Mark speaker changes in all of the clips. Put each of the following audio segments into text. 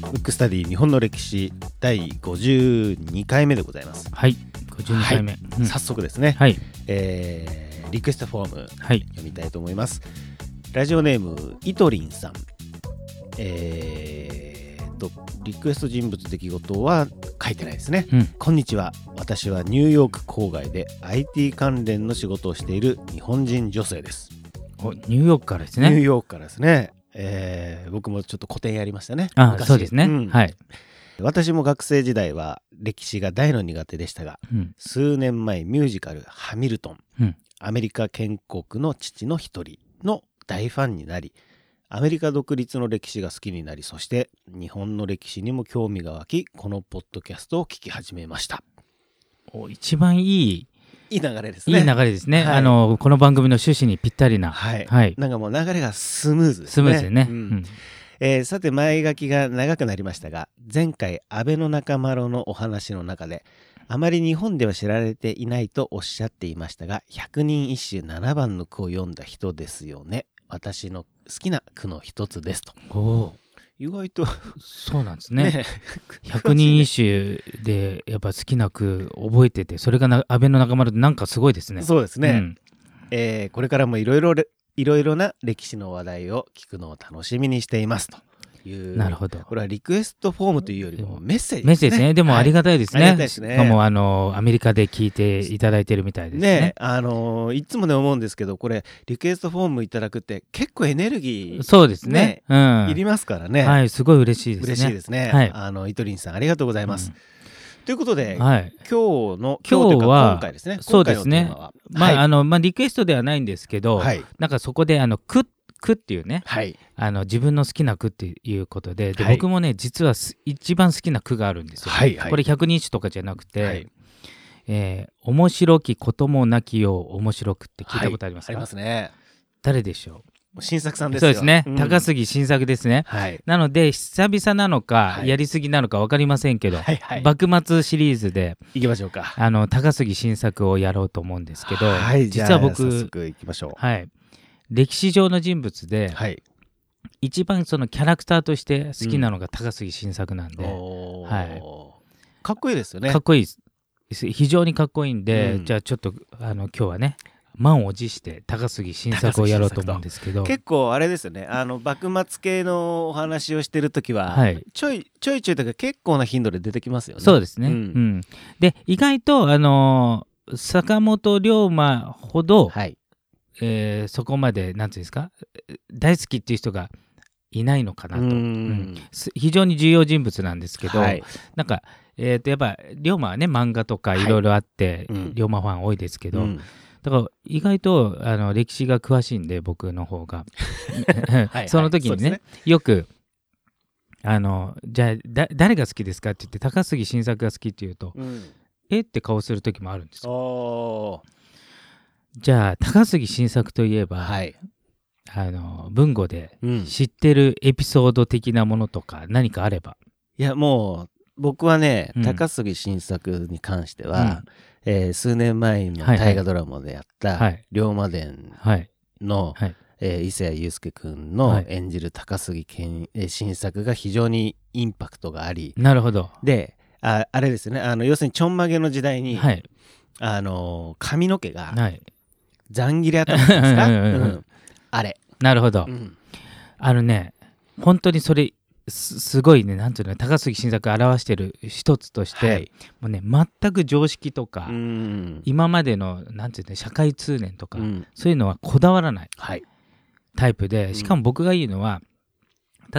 Speaker 1: ブックスタディ日本の歴史第52回目でございます。
Speaker 2: はい、52回目。うん
Speaker 1: 早速ですね、
Speaker 2: はい、
Speaker 1: えーリクエストフォーム
Speaker 2: はい、
Speaker 1: 読みたいと思います。ラジオネーム、イトリンさん。えーと、リクエスト人物出来事は書いてないですね。
Speaker 2: うん、
Speaker 1: こんにちは。私はニューヨーク郊外で IT 関連の仕事をしている日本人女性です。
Speaker 2: おニューヨークからです
Speaker 1: ニュー
Speaker 2: ね。
Speaker 1: ヨークからですね。えー僕もちょっと個展やりましたね。
Speaker 2: あ
Speaker 1: 昔
Speaker 2: そうですね。
Speaker 1: ん
Speaker 2: はい、
Speaker 1: 私も学生時代は歴史が大の苦手でしたが、
Speaker 2: うん、
Speaker 1: 数年前ミュージカル「ハミルトン」
Speaker 2: うん
Speaker 1: アメリカ建国の父の一人の大ファンになりアメリカ独立の歴史が好きになりそして日本の歴史にも興味が湧きこのポッドキャストを聞き始めました
Speaker 2: お一番いい、
Speaker 1: いい流れです
Speaker 2: いい
Speaker 1: ね
Speaker 2: 流れですね。
Speaker 1: はい
Speaker 2: あの、この番組の趣旨にぴったりな。
Speaker 1: はい、
Speaker 2: はい、
Speaker 1: なんかもう流れがスムーズですね
Speaker 2: スムーズでね。
Speaker 1: う
Speaker 2: うんん
Speaker 1: えーさて前書きが長くなりましたが前回安倍の中丸のお話の中であまり日本では知られていないとおっしゃっていましたが百人一首7番の句を読んだ人ですよね私の好きな句の一つですと
Speaker 2: おー
Speaker 1: 意外と
Speaker 2: そうなんですね。
Speaker 1: ね
Speaker 2: 百人一首でやっぱ好きな句覚えてて、それがな安倍の仲間でなんかすごいですね。
Speaker 1: そうですね、
Speaker 2: うん
Speaker 1: えーこれからもいろいろれいろいろな歴史の話題を聞くのを楽しみにしていますという
Speaker 2: なるほど。
Speaker 1: これはリクエストフォームというよりもメッセージ
Speaker 2: メッセージね。でもあり
Speaker 1: が
Speaker 2: がたいです
Speaker 1: はいあり
Speaker 2: ね
Speaker 1: が。たいですね
Speaker 2: しかもあのアメリカで聞いていただいてるみたいです
Speaker 1: ね
Speaker 2: ね。
Speaker 1: あのーいつもね思うんですけどこれリクエストフォームいただくって結構エネルギ
Speaker 2: そうですね。うん
Speaker 1: ーいりますからね、
Speaker 2: はい、すごい嬉しいですね。
Speaker 1: 嬉しいですね、
Speaker 2: はい
Speaker 1: あのイトリンさんありがとうございます、ということで、
Speaker 2: はい。
Speaker 1: 今日の
Speaker 2: 今日は
Speaker 1: というか今回ですね
Speaker 2: そうですね
Speaker 1: 今回のテーマ
Speaker 2: まあ、
Speaker 1: は
Speaker 2: あの、まあ、リクエストではないんですけど、
Speaker 1: はいはい
Speaker 2: なんかそこで、あの、く、くっていうね、
Speaker 1: はい
Speaker 2: あの、自分の好きな句っていうことで、で、
Speaker 1: はい
Speaker 2: 僕もね、実はす一番好きな句があるんですよ。
Speaker 1: はいはい
Speaker 2: これ百人一首とかじゃなくて、
Speaker 1: はい
Speaker 2: えー面白きこともなきよう面白くって聞いたことあります
Speaker 1: あ
Speaker 2: か、
Speaker 1: りますね
Speaker 2: 誰でしょ
Speaker 1: もう新作さん
Speaker 2: う
Speaker 1: です
Speaker 2: そう
Speaker 1: よ
Speaker 2: ですね、
Speaker 1: ん
Speaker 2: 高杉晋作ですね。
Speaker 1: はい
Speaker 2: なので、久々なのか、
Speaker 1: はい
Speaker 2: やりすぎなのか分かりませんけど、
Speaker 1: はいはい
Speaker 2: 幕末シリーズで、
Speaker 1: 行きましょうか
Speaker 2: あの高杉晋作をやろうと思うんですけど、
Speaker 1: はいじゃあ
Speaker 2: 実は
Speaker 1: 早
Speaker 2: 僕、
Speaker 1: 速行きましょ
Speaker 2: はい、歴史上の人物で、
Speaker 1: うはい
Speaker 2: 一番そのキャラクターとして好きなのが高杉晋作なんで、
Speaker 1: おー
Speaker 2: はい
Speaker 1: かっこいいですよね
Speaker 2: かっこいいです非常にかっこいいんで、
Speaker 1: うん
Speaker 2: じゃあちょっとあの今日はね満を持して高杉晋作をやろうと思うんですけど
Speaker 1: 結構あれですよねあの幕末系のお話をしてる時は、
Speaker 2: はい
Speaker 1: ちょいちょいちょいというか結構な頻度で出てきますよね。
Speaker 2: そうですね、
Speaker 1: う
Speaker 2: うんんで意外とあのー坂本龍馬ほど、
Speaker 1: はい、
Speaker 2: えーそこまでなんていうんですか大好きっていう人がいないのかなと、
Speaker 1: うー
Speaker 2: うん
Speaker 1: ん
Speaker 2: す非常に重要人物なんですけど、
Speaker 1: はい
Speaker 2: なんか、えー、とやっぱ龍馬はね漫画とか
Speaker 1: はい
Speaker 2: いろいろあって、
Speaker 1: うん
Speaker 2: 龍馬ファン多いですけど、
Speaker 1: うん
Speaker 2: だから意外とあの歴史が詳しいんで僕の方が
Speaker 1: はい
Speaker 2: その時にね
Speaker 1: そうで
Speaker 2: よくあのじゃあだ誰が好きですかって言って高杉晋作が好きって言うと
Speaker 1: うん、
Speaker 2: えって顔する時もあるんですよ
Speaker 1: おー
Speaker 2: じゃあ高杉晋作といえば、
Speaker 1: はい、
Speaker 2: あの文語で
Speaker 1: うん、い
Speaker 2: 知ってるエピソード的なものとか何かあれば、
Speaker 1: やもう僕はね、
Speaker 2: うん
Speaker 1: 高杉晋作に関しては、えー数年前の
Speaker 2: はいはい
Speaker 1: 大河ドラマでやった「
Speaker 2: はい
Speaker 1: 龍馬伝
Speaker 2: はい」
Speaker 1: の、
Speaker 2: はい
Speaker 1: えー伊勢谷友介君
Speaker 2: は
Speaker 1: の
Speaker 2: い
Speaker 1: 演じる高杉健えー晋作が非常にインパクトがあり、
Speaker 2: なるほど
Speaker 1: でああれですよねあの要するにちょんまげの時代に、
Speaker 2: はい
Speaker 1: あの髪の毛が
Speaker 2: はい
Speaker 1: ざん切れ頭ですか、
Speaker 2: う
Speaker 1: うん
Speaker 2: うんうん
Speaker 1: ん、あれ、
Speaker 2: なるほど、
Speaker 1: うん
Speaker 2: あのね、本当にそれ、すすごいね、なんていうの、高杉晋作を表してる一つとして、
Speaker 1: はい
Speaker 2: もうね、全く常識とか、
Speaker 1: うん
Speaker 2: 今までの、なんていうの、社会通念とか、
Speaker 1: うん
Speaker 2: そういうのはこだわらない
Speaker 1: はい
Speaker 2: タイプ
Speaker 1: ん
Speaker 2: で、しかも僕が言うのは、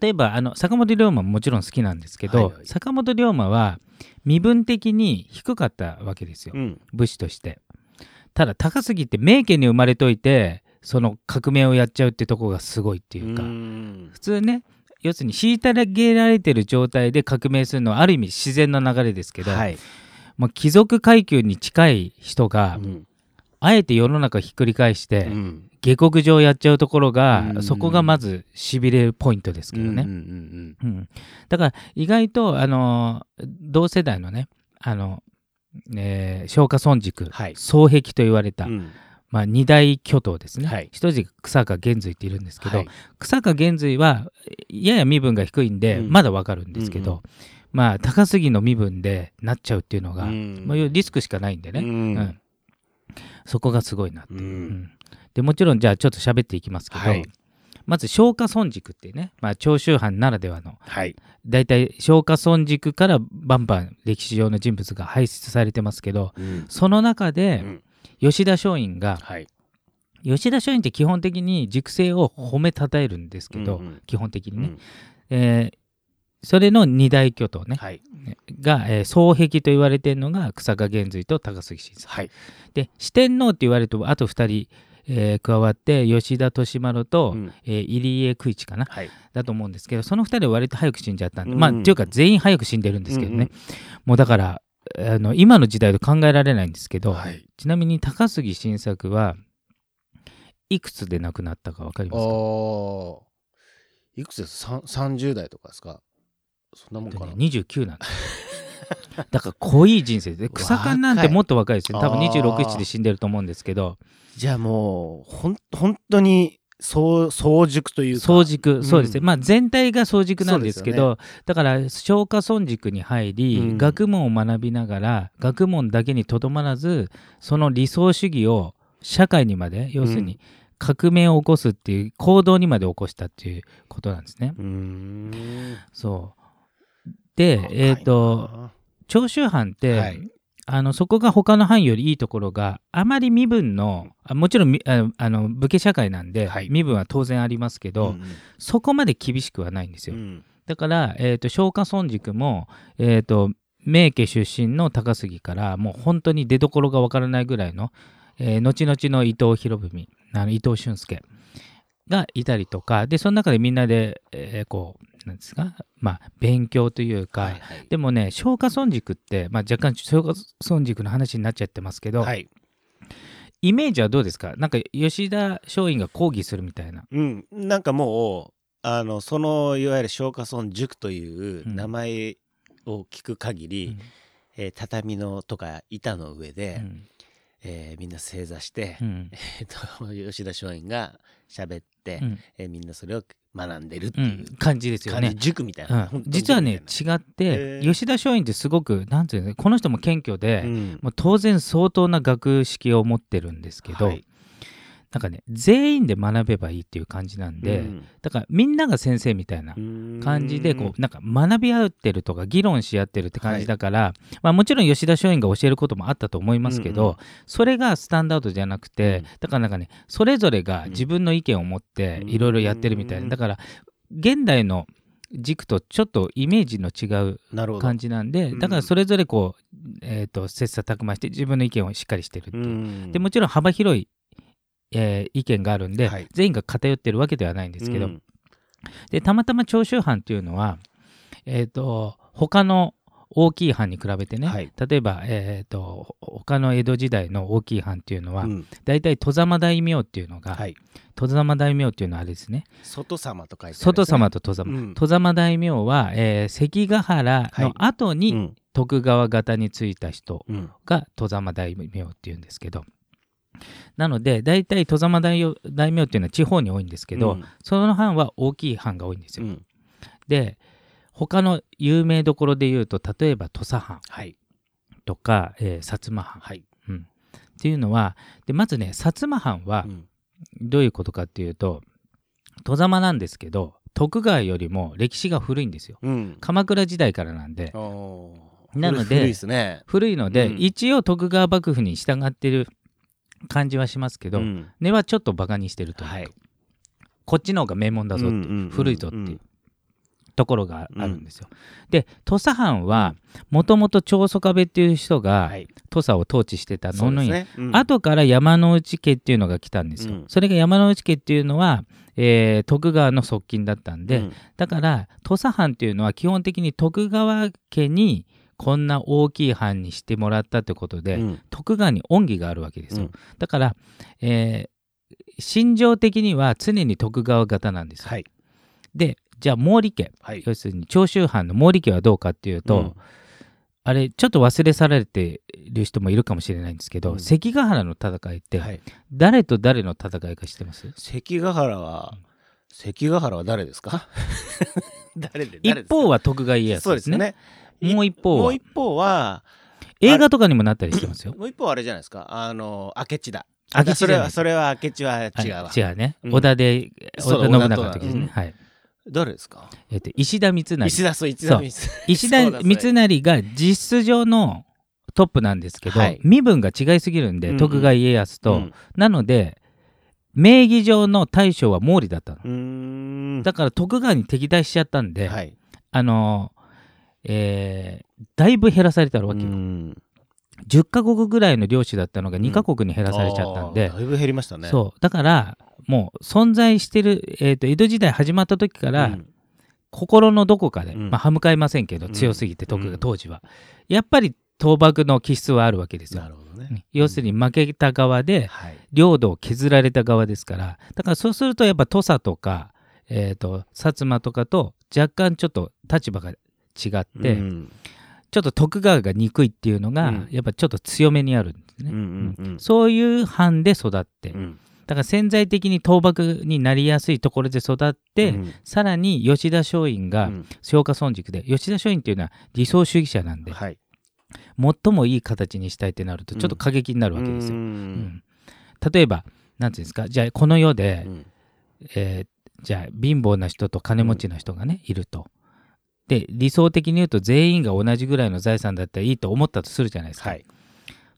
Speaker 2: 例えば、あの、坂本龍馬ももちろん好きなんですけど、
Speaker 1: はいはい
Speaker 2: 坂本龍馬は身分的に低かったわけですよ、
Speaker 1: うん
Speaker 2: 武士として。ただ、高杉って名家に生まれといて、その革命をやっちゃうってとこがすごいっていうか、
Speaker 1: うん
Speaker 2: 普通ね要するに虐げられてる状態で革命するのはある意味自然の流れですけど、
Speaker 1: はい、
Speaker 2: まあ、貴族階級に近い人が、
Speaker 1: うん
Speaker 2: あえて世の中ひっくり返して、
Speaker 1: うん
Speaker 2: 下克上やっちゃうところが、
Speaker 1: うん
Speaker 2: そこがまずしびれるポイントですけ
Speaker 1: う
Speaker 2: ど
Speaker 1: んうんう
Speaker 2: ね、
Speaker 1: ん
Speaker 2: うんだから意外と、あのー同世代のねあの、えー、松下村塾、
Speaker 1: はい
Speaker 2: 双璧と言われた、
Speaker 1: うん
Speaker 2: まあ、二大巨頭ですね、
Speaker 1: はい
Speaker 2: 一人が草加玄瑞っているんですけど、
Speaker 1: はい
Speaker 2: 草加玄瑞はやや身分が低いんで、
Speaker 1: うん
Speaker 2: まだわかるんですけど、
Speaker 1: うんうん
Speaker 2: まあ高杉の身分でなっちゃうっていうのが、
Speaker 1: うん
Speaker 2: まあ、リスクしかないんでね、
Speaker 1: うん
Speaker 2: うんそこがすごいなっていう、
Speaker 1: うん
Speaker 2: うんでもちろんじゃあちょっと喋っていきますけど、
Speaker 1: はい
Speaker 2: まず松下村塾っていうね、まあ、長州藩ならではの
Speaker 1: はい
Speaker 2: 大体松下村塾からバンバン歴史上の人物が輩出されてますけど
Speaker 1: うん
Speaker 2: その中
Speaker 1: う
Speaker 2: で
Speaker 1: ん
Speaker 2: 吉田松陰が、
Speaker 1: はい
Speaker 2: 吉田松陰って基本的に塾生を褒めたたえるんですけど、
Speaker 1: うんうん
Speaker 2: 基本的に
Speaker 1: う
Speaker 2: ね、
Speaker 1: ん
Speaker 2: えーそれの二大巨頭ね、
Speaker 1: はい
Speaker 2: が、えー双璧と言われてるのが草加玄瑞と高杉晋作
Speaker 1: はい
Speaker 2: で四天王って言われるとあと二人、えー加わって吉田利丸と、
Speaker 1: うん
Speaker 2: えー入江久一かな
Speaker 1: はい
Speaker 2: だと思うんですけどその二人は割と早く死んじゃったんで、
Speaker 1: うん
Speaker 2: まあっていうか全員早く死んでるんですけどね、
Speaker 1: うんうん
Speaker 2: もうだからあの今の時代と考えられないんですけど、
Speaker 1: はい
Speaker 2: ちなみに高杉晋作はいくつで亡くなったか分かり
Speaker 1: あ
Speaker 2: ますか
Speaker 1: ーいくつですさん30代とかですかそんなもんかな、
Speaker 2: 29なんですよだから濃い人生 で
Speaker 1: 若い
Speaker 2: 草間なんてもっと若いですよ多分
Speaker 1: あー
Speaker 2: 267で死んでると思うんですけど
Speaker 1: じゃあもうほん本当にそう早熟というか
Speaker 2: 早熟そうですね、
Speaker 1: うん
Speaker 2: まあ全体が早熟なんですけ
Speaker 1: そ
Speaker 2: どだから松下村塾に入り、
Speaker 1: うん
Speaker 2: 学問を学びながら学問だけにとどまらずその理想主義を社会にまで要する
Speaker 1: う
Speaker 2: に革命を起こすっていう行動にまで起こしたっていうことなんですね。
Speaker 1: うーん
Speaker 2: そうでえっ、と長州藩って、
Speaker 1: はい
Speaker 2: あのそこが他の藩よりいいところがあまり身分のあもちろんみああの武家社会なんで、
Speaker 1: はい
Speaker 2: 身分は当然ありますけど、
Speaker 1: うん
Speaker 2: そこまで厳しくはないんです
Speaker 1: う
Speaker 2: よ、
Speaker 1: ん
Speaker 2: だから、えー、と松下村塾も、えー、と名家出身の高杉からもう本当に出どころがわからないぐらいの、えー後々の伊藤博文あの伊藤俊介がいたりとかでその中でみんなで、えーこうなんですかまあ勉強というか、
Speaker 1: はいはい
Speaker 2: でもね松下村塾って、まあ、若干松下村塾の話になっちゃってますけど、
Speaker 1: はい
Speaker 2: イメージはどうですかなんか吉田松陰が抗議するみたいな。
Speaker 1: うんなんかもうあのそのいわゆる松下村塾という名前を聞く限り、えー畳のとか板の上で、
Speaker 2: うん
Speaker 1: えーみんな正座して、
Speaker 2: うん
Speaker 1: えーと吉田松陰が喋って、
Speaker 2: うん
Speaker 1: えーみんなそれを学んでるって
Speaker 2: う
Speaker 1: いうん
Speaker 2: 感じですよ
Speaker 1: 感
Speaker 2: ね
Speaker 1: じ、。塾みたい
Speaker 2: うん
Speaker 1: な、本当に
Speaker 2: 実はね
Speaker 1: 塾
Speaker 2: 違って
Speaker 1: へー
Speaker 2: 吉田松陰ってすごくなんていうのこの人も謙虚
Speaker 1: みたいな
Speaker 2: で、
Speaker 1: うん
Speaker 2: もう当然相当な学識を持ってるんですけど、
Speaker 1: はい
Speaker 2: なんかね全員で学べばいいっていう感じなんで、だからみんなが先生みたいな
Speaker 1: うん
Speaker 2: 感じでこうなんか学び合ってるとか議論し合ってるって感じだから、まあ、もちろん吉田松陰が教えることもあったと思いますけど、
Speaker 1: うんうん
Speaker 2: それがスタンダードじゃなくて、
Speaker 1: うん
Speaker 2: だからなんかねそれぞれが自分の意見を持って
Speaker 1: うん
Speaker 2: いろいろやってるみたいな、
Speaker 1: うん
Speaker 2: だから現代の軸とちょっとイメージの違う
Speaker 1: なるほど
Speaker 2: 感じなんで
Speaker 1: うん
Speaker 2: だからそれぞれこう、えー、と切磋琢磨して自分の意見をしっかりしてるっていう
Speaker 1: うん
Speaker 2: でもちろん幅広い、えー意見があるんで、
Speaker 1: はい
Speaker 2: 全員が偏ってるわけではないんですけど、
Speaker 1: うん
Speaker 2: でたまたま長州藩っていうのは、えー、と他の大きい藩に比べてね、
Speaker 1: はい
Speaker 2: 例えば、えー、とほ他の江戸時代の大きい藩っていうのは、
Speaker 1: うん
Speaker 2: 大体外様大名っていうのが、
Speaker 1: はい
Speaker 2: 外様大名っていうのはあれですね
Speaker 1: 外様と書いてあるんですね
Speaker 2: 外様と外様、
Speaker 1: うん
Speaker 2: 外様大名は、えー関ヶ原の後
Speaker 1: う
Speaker 2: に
Speaker 1: ん
Speaker 2: 徳川方についた人
Speaker 1: うん
Speaker 2: が戸様大名っていうんですけどなので大体戸様大名大名っていうのは地方に多いんですけど、
Speaker 1: うん
Speaker 2: その藩は大きい藩が多いんです
Speaker 1: う
Speaker 2: よ。
Speaker 1: ん
Speaker 2: で他の有名どころで言うと例えば土佐藩
Speaker 1: はい
Speaker 2: とか、えー薩摩藩
Speaker 1: はい
Speaker 2: っていうのはでまずね薩摩藩は
Speaker 1: うん
Speaker 2: どういうことかっていうと戸様なんですけど徳川よりも歴史が古いんですよ。
Speaker 1: うん
Speaker 2: 鎌倉時代からなんで
Speaker 1: おー
Speaker 2: なので
Speaker 1: 古いですね
Speaker 2: 古いので、
Speaker 1: うん
Speaker 2: 一応徳川幕府に従ってる感じはしますけ
Speaker 1: う
Speaker 2: ど、
Speaker 1: ん
Speaker 2: 根はちょっとバカにしてるというか、
Speaker 1: はい
Speaker 2: こっちの方が名門だぞっていう、
Speaker 1: うんうんうん
Speaker 2: 古いぞっていうところがあるんですよ。で土佐藩はもともと長宗我部っていう人が
Speaker 1: はい
Speaker 2: 土佐を統治してたのに、
Speaker 1: ねうん
Speaker 2: 後から山之内家っていうのが来たんですよ。
Speaker 1: うん
Speaker 2: それが山之内家っていうのは、えー徳川の側近だったんで、
Speaker 1: うん
Speaker 2: だから土佐藩っていうのは基本的に徳川家にこんな大きい藩にしてもらったってことで、
Speaker 1: うん
Speaker 2: 徳川に恩義があるわけですよ、
Speaker 1: うん
Speaker 2: だから、えー心情的には常に徳川方なんですよ、
Speaker 1: はい
Speaker 2: でじゃあ毛利家
Speaker 1: はい
Speaker 2: 要するに長州藩の毛利家はどうかっていうと、
Speaker 1: うん
Speaker 2: あれちょっと忘れ去られてる人もいるかもしれないんですけど、
Speaker 1: うん
Speaker 2: 関ヶ原の戦いって
Speaker 1: はい、
Speaker 2: 誰と誰の戦いか知ってます、
Speaker 1: 関ヶ原は関ヶ原は誰ですか 誰で
Speaker 2: 一方
Speaker 1: は
Speaker 2: は徳川家康
Speaker 1: そう
Speaker 2: で
Speaker 1: ですす
Speaker 2: ね
Speaker 1: ね
Speaker 2: もう一方
Speaker 1: も
Speaker 2: は
Speaker 1: う一方は
Speaker 2: 映画とかにもなったりしてますよ。
Speaker 1: もう一方はあれじゃないですかあの明智だ
Speaker 2: 明智じゃ
Speaker 1: そ
Speaker 2: な
Speaker 1: れ
Speaker 2: い
Speaker 1: はそれは明智は違うわ、
Speaker 2: はい違うね。
Speaker 1: うん
Speaker 2: 織田で、
Speaker 1: そう
Speaker 2: 織田信長の時
Speaker 1: 織田と
Speaker 2: です
Speaker 1: はうん
Speaker 2: ね。はい。
Speaker 1: 誰ですか
Speaker 2: えっと、石田三成。
Speaker 1: 石田そう石田
Speaker 2: そう
Speaker 1: 三成
Speaker 2: 石
Speaker 1: そ
Speaker 2: 田
Speaker 1: うだ
Speaker 2: 三成が実質上のトップなんですけど、
Speaker 1: はい
Speaker 2: 身分が違いすぎるん
Speaker 1: うん
Speaker 2: で、
Speaker 1: うん
Speaker 2: 徳川家康と。
Speaker 1: うん
Speaker 2: なので、名義上の大将は毛利だったの。
Speaker 1: うーん
Speaker 2: だから徳川に敵対しちゃったんで、
Speaker 1: はい
Speaker 2: あのー、えーだいぶ減らされたわけよ、
Speaker 1: うん
Speaker 2: 10カ国ぐらいの領主だったのが2カ国に減らされちゃったんで、
Speaker 1: あーだいぶ減りましたねう
Speaker 2: そうだからもう存在してる、えー、と江戸時代始まった時から、
Speaker 1: ん
Speaker 2: 心のどこかで、
Speaker 1: うん
Speaker 2: まあ、歯向かいませんけど
Speaker 1: うん
Speaker 2: 強すぎて
Speaker 1: う
Speaker 2: 徳川
Speaker 1: ん
Speaker 2: 当時は、やっぱり倒幕の気質はあるわけですよ
Speaker 1: な。るほど
Speaker 2: うん
Speaker 1: ね
Speaker 2: 要するに負けた側で
Speaker 1: はい
Speaker 2: 領土を削られた側ですからだからそうするとやっぱ土佐とか、えー、と薩摩とかと若干ちょっと立場が違って、
Speaker 1: うん
Speaker 2: ちょっと徳川が憎いっていうのが、
Speaker 1: うん
Speaker 2: やっぱちょっと強めにあるんで
Speaker 1: う
Speaker 2: す
Speaker 1: んう
Speaker 2: ね。
Speaker 1: んうん
Speaker 2: そういう藩で育って、
Speaker 1: うん
Speaker 2: だから潜在的に倒幕になりやすいところで育って、
Speaker 1: うん
Speaker 2: さらに吉田松陰
Speaker 1: う
Speaker 2: が
Speaker 1: ん
Speaker 2: 松下村塾で、吉田松陰っていうのは理想主義者なんで、
Speaker 1: はい
Speaker 2: 最もいい形にしたいってなると
Speaker 1: うん
Speaker 2: ちょっと過激になるわけですよ。う
Speaker 1: よ
Speaker 2: ん例えば何ていうんですかじゃあこの世で、えーじゃあ貧乏な人と金持ちの人がね、いると。で理想的に言うと全員が同じぐらいの財産だったらいいと思ったとするじゃないですか、
Speaker 1: はい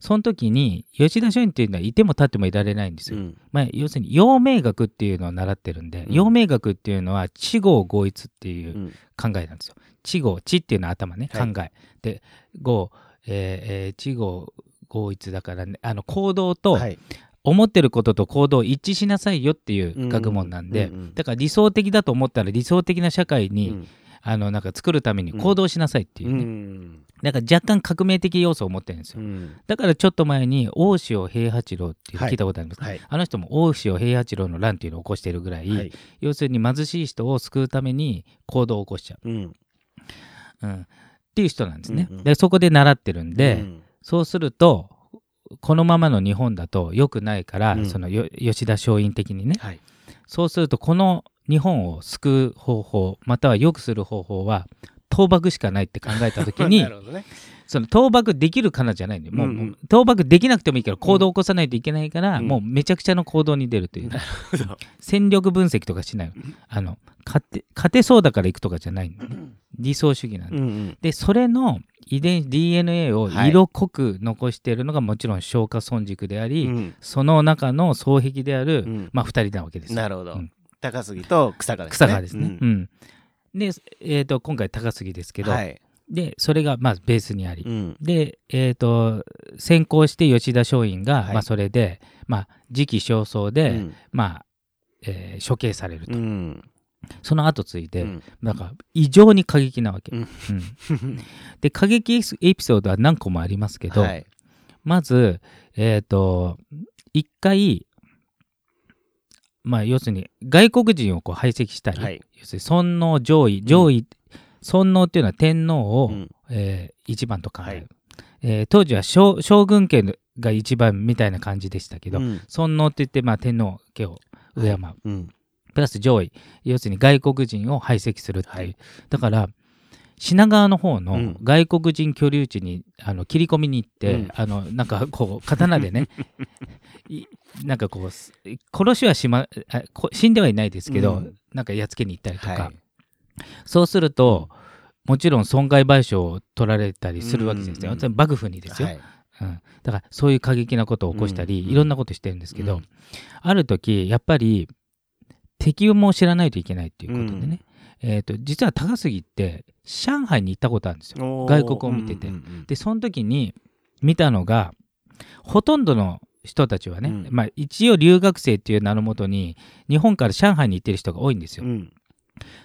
Speaker 2: その時に吉田松陰っていうのはいても立ってもいられないんですよ、まあ、要するに陽明学っていうのを習ってるんで、
Speaker 1: うん
Speaker 2: 陽明学っていうのは知合合一っていう
Speaker 1: うん
Speaker 2: 考えなんですよ。知合知っていうのは頭ね、
Speaker 1: はい
Speaker 2: 考え。で合、えーえー知合合一だから、ね、あの行動と
Speaker 1: はい
Speaker 2: 思ってることと行動を一致しなさいよっていう学問なんで、
Speaker 1: うんうんうんうん
Speaker 2: だから理想的だと思ったら理想的な社会に、
Speaker 1: うん
Speaker 2: あのなんか作るために行動しなさいっていう
Speaker 1: う
Speaker 2: ね、
Speaker 1: ん
Speaker 2: なんか若干革命的要素を持ってるんですよ。
Speaker 1: うん
Speaker 2: だからちょっと前に大塩平八郎っていう
Speaker 1: はい
Speaker 2: 聞いたことありますか、
Speaker 1: はい
Speaker 2: あの人も大塩平八郎の乱っていうのを起こしてるぐらい、
Speaker 1: はい
Speaker 2: 要するに貧しい人を救うために行動を起こしちゃ
Speaker 1: うん
Speaker 2: う、うん、っていう人なんですね、
Speaker 1: うんうん
Speaker 2: でそこで習ってるんで、
Speaker 1: うん
Speaker 2: そうするとこのままの日本だと良くないから、
Speaker 1: うん
Speaker 2: そのよ吉田松陰的にね
Speaker 1: はい
Speaker 2: そうするとこの日本を救う方法または良くする方法は倒幕しかないって考えた時に
Speaker 1: なるほどね
Speaker 2: その倒幕できるかなじゃないんだよもう,、
Speaker 1: うんうん
Speaker 2: もう倒幕できなくてもいいけど行動を起こさないといけないから、
Speaker 1: うん
Speaker 2: もうめちゃくちゃの行動に出るという、
Speaker 1: なるほど
Speaker 2: 戦力分析とかしないのあの勝て勝てそうだから行くとかじ ゃないの理想主義なんで、
Speaker 1: うんうん
Speaker 2: でそれの遺伝 DNA を色濃く残しているのがもちろん松下村塾であり、
Speaker 1: うん
Speaker 2: その中の双璧である、
Speaker 1: うん
Speaker 2: まあ2人なわけですよ
Speaker 1: なるほど、
Speaker 2: うん
Speaker 1: 高杉と草川ですね
Speaker 2: 草川ですね。
Speaker 1: う
Speaker 2: うんんで、えー、と今回高杉ですけど、
Speaker 1: はい、
Speaker 2: でそれがまずベースにあり、
Speaker 1: うん
Speaker 2: で、えー、と先行して吉田松陰が、
Speaker 1: はい
Speaker 2: まあ、それで、まあ、時期尚早
Speaker 1: う
Speaker 2: で、
Speaker 1: ん
Speaker 2: まあえー処刑されると、
Speaker 1: うん
Speaker 2: その後ついて、
Speaker 1: うん
Speaker 2: なんか異常に過激なわけ、
Speaker 1: うん
Speaker 2: うんで過激エピエピソードは何個もありますけど、
Speaker 1: はい
Speaker 2: まずえっ、と一回まあ要するに外国人をこう排斥したり、
Speaker 1: はい
Speaker 2: 要するに尊王攘夷攘夷、尊王っていうのは天皇を、
Speaker 1: うん
Speaker 2: えー一番と考える、
Speaker 1: はい
Speaker 2: えー当時は将将軍家が一番みたいな感じでしたけど、
Speaker 1: うん
Speaker 2: 尊王って言って、まあ、天皇家を敬う、
Speaker 1: うん
Speaker 2: プラス上位要するに外国人を排斥するっていう、
Speaker 1: はい
Speaker 2: だから品川の方
Speaker 1: う
Speaker 2: の
Speaker 1: ん
Speaker 2: 外国人居留地にあの切り込みに行って、
Speaker 1: うん
Speaker 2: あのなんかこう刀でね いなんかこうす殺しはし、ま、あこ死んではいないですけど、
Speaker 1: うん
Speaker 2: なんかやっつけに行ったりとか、
Speaker 1: はい
Speaker 2: そうするともちろん損害賠償を取られたりするわけです
Speaker 1: うんうんう
Speaker 2: よ、
Speaker 1: ん
Speaker 2: つまり幕府にですよ、
Speaker 1: はい
Speaker 2: うん、だからそういう過激なことを起こしたり、
Speaker 1: うんうん
Speaker 2: いろんなことしてるんですけ
Speaker 1: う
Speaker 2: ど、
Speaker 1: ん
Speaker 2: ある時やっぱり敵も知らないといけないっていうことでね、えー、と実は高杉って上海に行ったことあるんですよ。
Speaker 1: おー
Speaker 2: 外国を見てて
Speaker 1: うんうん
Speaker 2: でその時に見たのがほとんどの人たちはね、
Speaker 1: うん
Speaker 2: まあ、一応留学生っていう名のもとに日本から上海に行ってる人が多いんです
Speaker 1: う
Speaker 2: よ。
Speaker 1: んうん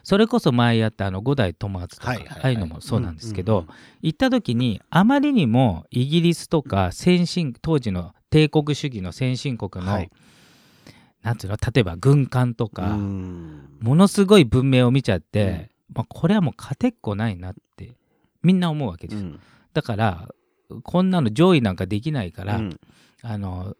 Speaker 2: それこそ前やったあの五代友厚とか、
Speaker 1: はいはいはい
Speaker 2: ああいうのもそうなんですけど、行った時にあまりにもイギリスとか先進当時の帝国主義の先進国の、
Speaker 1: はい
Speaker 2: なんていうの例えば軍艦とか、
Speaker 1: うん
Speaker 2: ものすごい文明を見ちゃって、まあ、これはもう勝てっこないなってみんな思うわけで
Speaker 1: う
Speaker 2: すよ。
Speaker 1: ん
Speaker 2: だからこんなの上位なんかできないから、
Speaker 1: うん
Speaker 2: あの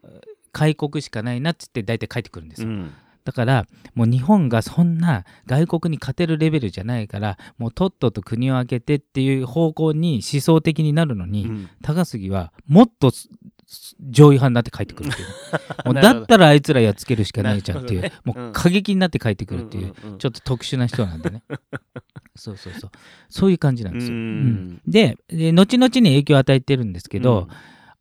Speaker 2: 開国しかないなっつって大体帰ってくるんです
Speaker 1: う
Speaker 2: よ、
Speaker 1: ん
Speaker 2: だからもう日本がそんな外国に勝てるレベルじゃないからもうとっとと国を開けてっていう方向に思想的になるのに、
Speaker 1: うん
Speaker 2: 高杉はもっとすす上位派になって帰ってくるっていう もう
Speaker 1: なる
Speaker 2: だ
Speaker 1: ほど
Speaker 2: ったらあいつらやっつけるしかないじゃんっていう、
Speaker 1: なるほどね
Speaker 2: もううん過激になって帰ってくるってい
Speaker 1: う
Speaker 2: う、
Speaker 1: んうんうん
Speaker 2: ちょっと特殊な人なんで ねそうそうそうそういう感じなんですよ、
Speaker 1: うん
Speaker 2: うんでで後々に影響を与えてるんですけど、
Speaker 1: うん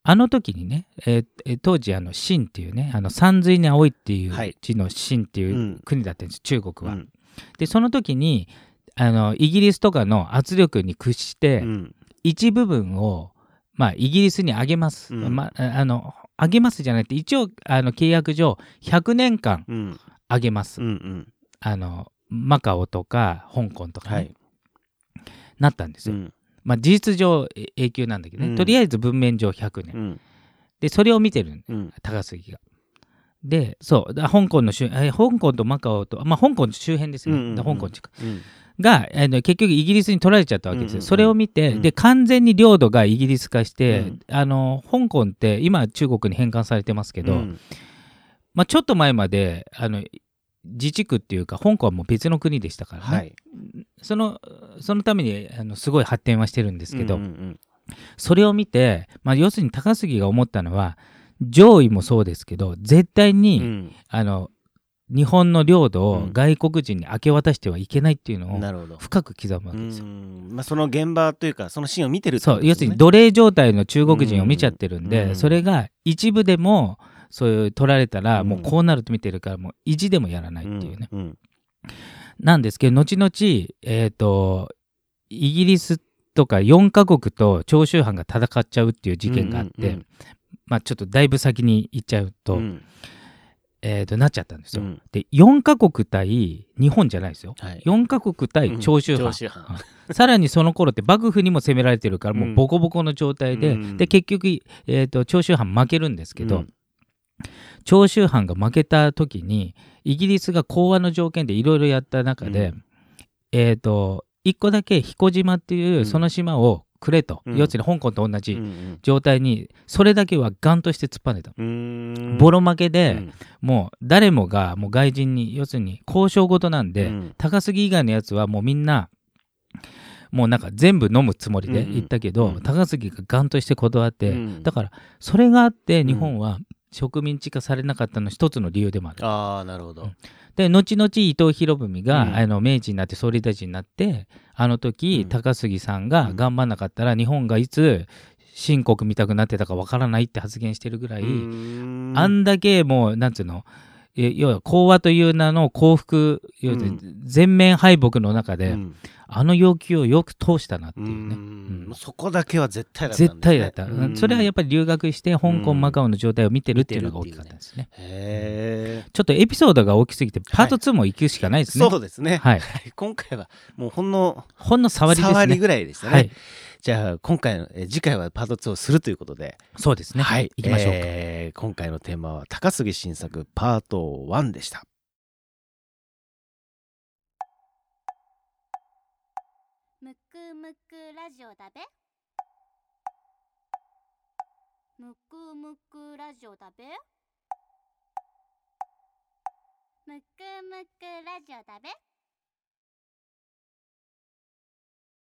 Speaker 2: あの時にね、えーえー当時あの秦っていうねあの山水に青いってい
Speaker 1: はいう
Speaker 2: 地の秦っていううん国だったんです、中国は、
Speaker 1: うん
Speaker 2: でその時にあのイギリスとかの圧力に屈して、
Speaker 1: うん
Speaker 2: 一部分を、まあ、イギリスにあげます、
Speaker 1: うん
Speaker 2: まああのあげますじゃなくて一応あの契約上100年間
Speaker 1: うん
Speaker 2: あげます、
Speaker 1: うんうん
Speaker 2: あのマカオとか香港とかね、
Speaker 1: はい
Speaker 2: なったんです
Speaker 1: う
Speaker 2: よ、
Speaker 1: ん
Speaker 2: まあ、事実上え永久なんだけどね、
Speaker 1: うん
Speaker 2: とりあえず文面上100年、
Speaker 1: うん
Speaker 2: でそれを見てる
Speaker 1: うん
Speaker 2: 高杉が。でそうだ香港の周え香港とマカオと、まあ、香港周辺ですね、
Speaker 1: うんうんうん
Speaker 2: だ香港近く
Speaker 1: うん
Speaker 2: があの結局イギリスに取られちゃったわけです
Speaker 1: うんうん
Speaker 2: よ、
Speaker 1: うん
Speaker 2: それを見て、
Speaker 1: うん
Speaker 2: で完全に領土がイギリス化して、
Speaker 1: うん
Speaker 2: あの香港って今中国に返還されてますけど、
Speaker 1: うん
Speaker 2: まあ、ちょっと前まであの自治区っていうか香港はもう別の国でしたからね、
Speaker 1: はい
Speaker 2: そのそのためにあのすごい発展はしてるんですけど、
Speaker 1: うんうん
Speaker 2: それを見て、まあ、要するに高杉が思ったのは上位もそうですけど絶対
Speaker 1: う
Speaker 2: に、
Speaker 1: ん
Speaker 2: あの日本の領土
Speaker 1: う
Speaker 2: を
Speaker 1: ん
Speaker 2: 外国人に明け渡してはいけないっていうの
Speaker 1: うん
Speaker 2: を
Speaker 1: なるほど
Speaker 2: 深く刻むわ
Speaker 1: う
Speaker 2: けですよ。
Speaker 1: んまあその現場というかそのシーンを見てるって
Speaker 2: そ
Speaker 1: こ
Speaker 2: う
Speaker 1: とで
Speaker 2: 要
Speaker 1: す
Speaker 2: する
Speaker 1: ね
Speaker 2: に奴隷状態の中国人を見ちゃってるんで、
Speaker 1: うん
Speaker 2: それが一部でもそういう取られたら
Speaker 1: うん
Speaker 2: もうこうなると見てるからもう意地でもやらないっていうね、
Speaker 1: うんうん
Speaker 2: なんですけど後々、えー、とイギリスとか4カ国と長州藩が戦っちゃうっていう事件があって、
Speaker 1: うんうんうん
Speaker 2: まあ、ちょっとだいぶ先に行っちゃうと,、
Speaker 1: うん
Speaker 2: えー、となっちゃったんですよ。
Speaker 1: うん
Speaker 2: で4カ国対日本じゃないですよ。
Speaker 1: はい
Speaker 2: 4カ国対長州藩、
Speaker 1: 長州藩
Speaker 2: さらにその頃って幕府にも攻められてるからもうボコボコの状態で、
Speaker 1: うん
Speaker 2: で結局、えー、と長州藩負けるんですけど、
Speaker 1: うん
Speaker 2: 長州藩が負けた時にイギリスが講和の条件でいろいろやった中で、
Speaker 1: うん
Speaker 2: えー、と1個だけ彦島っていううんその島をくれと、
Speaker 1: うん
Speaker 2: 要するに香港と同
Speaker 1: う
Speaker 2: じ
Speaker 1: ん
Speaker 2: 状態にそれだけはガンとして突っぱねた。
Speaker 1: うん
Speaker 2: ボロ負けで、
Speaker 1: うん
Speaker 2: もう誰もがもう外人に要するに交渉事なんで、
Speaker 1: うん
Speaker 2: 高杉以外のやつはもうみんなもうなんか全部飲むつもりで
Speaker 1: うんうん
Speaker 2: 行ったけど、
Speaker 1: うん
Speaker 2: 高杉がガンとして断って、
Speaker 1: うん
Speaker 2: だからそれがあって日本は植民地化されなかったの一つの理由でもある。
Speaker 1: ああなるほど
Speaker 2: で後々伊藤博文が、
Speaker 1: うん
Speaker 2: あの明治になって総理大臣になってあの時、
Speaker 1: うん
Speaker 2: 高杉さんが頑張んなかったら日本がいつ新国みたくなってたかわからないって発言してるぐらい、
Speaker 1: うん
Speaker 2: あんだけもうなんつうのえ要は講和という名の幸福要するに全面敗北の中で、
Speaker 1: うん
Speaker 2: あの要求をよく通したなっていううね、
Speaker 1: ん
Speaker 2: うん
Speaker 1: そこだけは絶対だったんです
Speaker 2: 絶
Speaker 1: ね
Speaker 2: 対だった、
Speaker 1: うん
Speaker 2: それはやっぱり留学して香港、
Speaker 1: うん
Speaker 2: マカオの状態を見てるっていうのが大きかったですね
Speaker 1: へえ
Speaker 2: ちょっとエピソードが大きすぎてパート2も行くしかないですね、
Speaker 1: そうですね
Speaker 2: はい、
Speaker 1: はい今回はもうほんの
Speaker 2: ほんの触りですね
Speaker 1: 触りぐらいでした
Speaker 2: は
Speaker 1: ね
Speaker 2: い
Speaker 1: じゃあ今回のえ次回はパート2をするということで
Speaker 2: そうですね
Speaker 1: はい
Speaker 2: 行きましょうか、
Speaker 1: えー今回のテーマは高杉晋作パート1でした
Speaker 3: むくむくラジオだべむくむくラジオだべむくむくラジオだべ